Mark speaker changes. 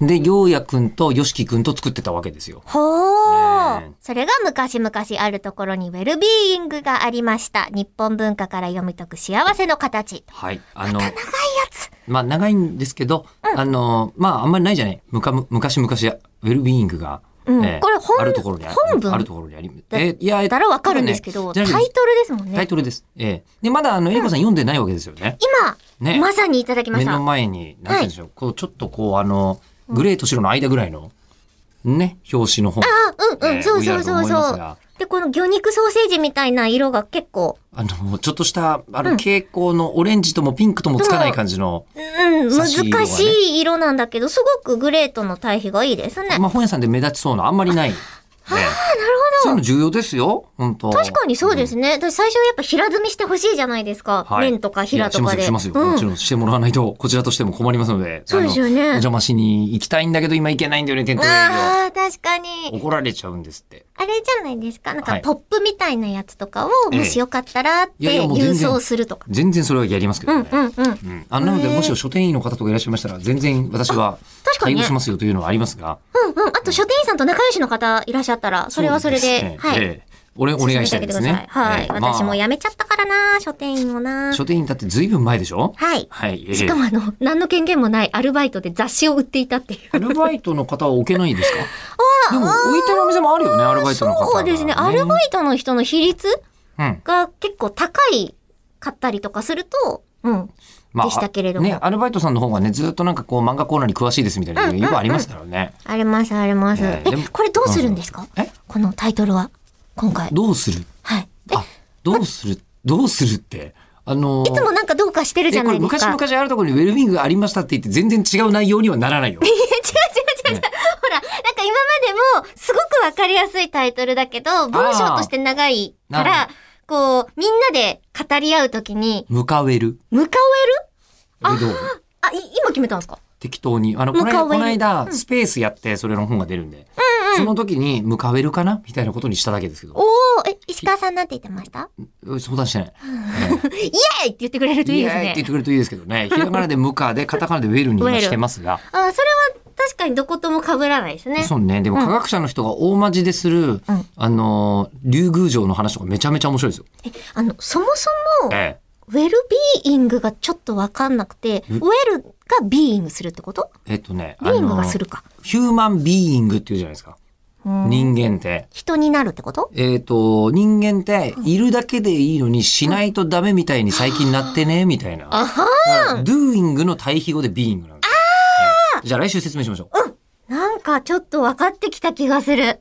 Speaker 1: で、行也くんとよしきくんと作ってたわけですよ。
Speaker 2: ほう、
Speaker 1: ねえ
Speaker 2: それが昔々あるところにウェルビーイングがありました。日本文化から読み解く幸せの形。
Speaker 1: はい。あの、
Speaker 2: 長いやつ。
Speaker 1: まあ長いんですけど、あの、まああんまりないじゃない。むかむ昔々、ウェルビーイングが、
Speaker 2: うん
Speaker 1: ええ
Speaker 2: これ本
Speaker 1: あるところにあ
Speaker 2: 本文
Speaker 1: あるところにあり、
Speaker 2: だ
Speaker 1: いや
Speaker 2: だからわかるんですけど、
Speaker 1: じ
Speaker 2: タ
Speaker 1: ゃ
Speaker 2: イ
Speaker 1: な
Speaker 2: ト
Speaker 1: くて
Speaker 2: ルですもん
Speaker 1: タイ
Speaker 2: ね。
Speaker 1: トルです。ええ。で、まだあの、えりこさん読んでないわけですよね。
Speaker 2: 今、
Speaker 1: ね
Speaker 2: まさにいただきまし
Speaker 1: 目
Speaker 2: た。
Speaker 1: の
Speaker 2: は
Speaker 1: 前に、なんて言うんでしょう。こう、ちょっとこう、あの、グレーと白の間ぐらいの、ね、表紙の本。
Speaker 2: あ、うんうん、
Speaker 1: ええ
Speaker 2: そうそ
Speaker 1: 上にあ
Speaker 2: うそう
Speaker 1: ると思いま
Speaker 2: そ
Speaker 1: す
Speaker 2: う
Speaker 1: が。
Speaker 2: で、この魚肉ソーセージみたいな色が結構、
Speaker 1: あの、ちょっとした、あの、蛍光のオレンジともピンクともつかない感じの、
Speaker 2: うん、
Speaker 1: 差
Speaker 2: 難
Speaker 1: し色がね
Speaker 2: しい色なんだけど、すごくグレーとの対比がいいですね。
Speaker 1: まあ、本屋さんで目立ちそうな、あんまりない。ね、ああ、なるほど。そういうの重要ですよ、本当
Speaker 2: 確かにそうですね。私最初やっぱ平積みしてほしいじゃないですか。
Speaker 1: はい
Speaker 2: 麺とか平とか
Speaker 1: い
Speaker 2: で。
Speaker 1: やしますよ、しますよ。
Speaker 2: う
Speaker 1: も
Speaker 2: ん
Speaker 1: ちろんしてもらわないと、こちらとしても困りますので。
Speaker 2: そうですよね
Speaker 1: あのお邪魔しに行きたいんだけど、今行けないんだよね、店頭営
Speaker 2: ああ、確か
Speaker 1: 業。
Speaker 2: に。
Speaker 1: 怒られちゃうんですって。
Speaker 2: あれじゃないですか。なん
Speaker 1: は
Speaker 2: か
Speaker 1: い
Speaker 2: ポップみたいなやつとかを、
Speaker 1: ええ
Speaker 2: もしよかったらって
Speaker 1: いやいやもう
Speaker 2: 郵
Speaker 1: 全然
Speaker 2: 送するとか。
Speaker 1: 全然それはやりますけ
Speaker 2: う
Speaker 1: ど
Speaker 2: ん
Speaker 1: ね。
Speaker 2: うんうん。
Speaker 1: うんあなので、
Speaker 2: へえ
Speaker 1: もし書店員の方とかいらっしゃいましたら、全然私は
Speaker 2: 確かに
Speaker 1: 対
Speaker 2: ね
Speaker 1: 応しますよというのはありますが。
Speaker 2: うんうん。あと書店員さんと仲良しの方いらっしゃったら、それはそれ
Speaker 1: う
Speaker 2: で、
Speaker 1: すね
Speaker 2: はい。
Speaker 1: ええ俺、お願いしたいです
Speaker 2: 進めてあげ
Speaker 1: ね
Speaker 2: て。くださいはい。
Speaker 1: ええ
Speaker 2: 私も
Speaker 1: ま
Speaker 2: 辞めちゃったからな、書店員も
Speaker 1: あ
Speaker 2: な。
Speaker 1: 書店員だって随分前でしょ
Speaker 2: はい。
Speaker 1: はい。ええ
Speaker 2: しかもあの、何の権限もないアルバイトで雑誌を売っていたっていう。
Speaker 1: アルバイトの方は置けないんですかでも置いてるお店もあるよね、アルバイトの方が、
Speaker 2: そうですね。アルバイトの人の比率
Speaker 1: うん。
Speaker 2: が結構高いかったりとかすると、うん。
Speaker 1: まあ
Speaker 2: でしたけれども
Speaker 1: ね、アルバイトさんの方がね、ずっとなんかこう漫画コーナーに詳しいですみたいなのがよくありますからね。
Speaker 2: あります、あります。
Speaker 1: ね
Speaker 2: え
Speaker 1: でも、
Speaker 2: これどうするんですか
Speaker 1: え
Speaker 2: このタイトルは、今回。
Speaker 1: どうする
Speaker 2: はい。え、
Speaker 1: あ、どうするどうするって。あのー
Speaker 2: いつもなんかどうかしてるじ
Speaker 1: え
Speaker 2: ゃ
Speaker 1: こ
Speaker 2: な
Speaker 1: れ
Speaker 2: いです
Speaker 1: 昔
Speaker 2: か。
Speaker 1: 々 あるところにウェルビングがありましたって言って全然違う内容にはならないよ。
Speaker 2: いや、違う違う違う違う。ほら、なんか今までも、すごくわかりやすいタイトルだけど、文章として長いか
Speaker 1: なる
Speaker 2: ら、こう、みんなで語り合うときに、
Speaker 1: ムカウェル。で
Speaker 2: 向か
Speaker 1: どう
Speaker 2: えるあ、い、今決めたんですか
Speaker 1: 適当に。あの、この
Speaker 2: ムカ
Speaker 1: 間、
Speaker 2: ウェル
Speaker 1: この間スペースやって、それの本が出るんで。その時に、ムカウェルかなみたいなことにしただけですけ
Speaker 2: お
Speaker 1: ど。
Speaker 2: ー、え、石川さんなんて言ってました
Speaker 1: 相談して ない。
Speaker 2: イエーイって言ってくれるといいです
Speaker 1: イエーイって言
Speaker 2: ね
Speaker 1: っ。てくれるといいですけど ね。ひらがなでムカで、カタカナでウェルに今してますが。
Speaker 2: あそれは確かにどことも被らないですね。
Speaker 1: そうね。でも科学者の人が大まじでする、あのー、竜宮城の話とかめちゃめちゃ面白いですよ。
Speaker 2: えあの、そもそも、
Speaker 1: え
Speaker 2: ウェルビーイングがちょっとわかんなくて、ウェルがビーイングするってこと
Speaker 1: え。えっとね、
Speaker 2: ビーイング
Speaker 1: の
Speaker 2: が
Speaker 1: ー
Speaker 2: するか。
Speaker 1: ヒューマンビーイングっていうじゃないですか。
Speaker 2: うん
Speaker 1: 人間って。
Speaker 2: 人になるってこと
Speaker 1: えっ、と、人間って、いるだけでいいのに、しないとダメみたいに最近なってね、みたいな。
Speaker 2: あは
Speaker 1: ドゥーイングの対比語でビーイングなんですよ。ええじゃあ来週説明しましょう。
Speaker 2: なんかちょっと分かってきた気がする。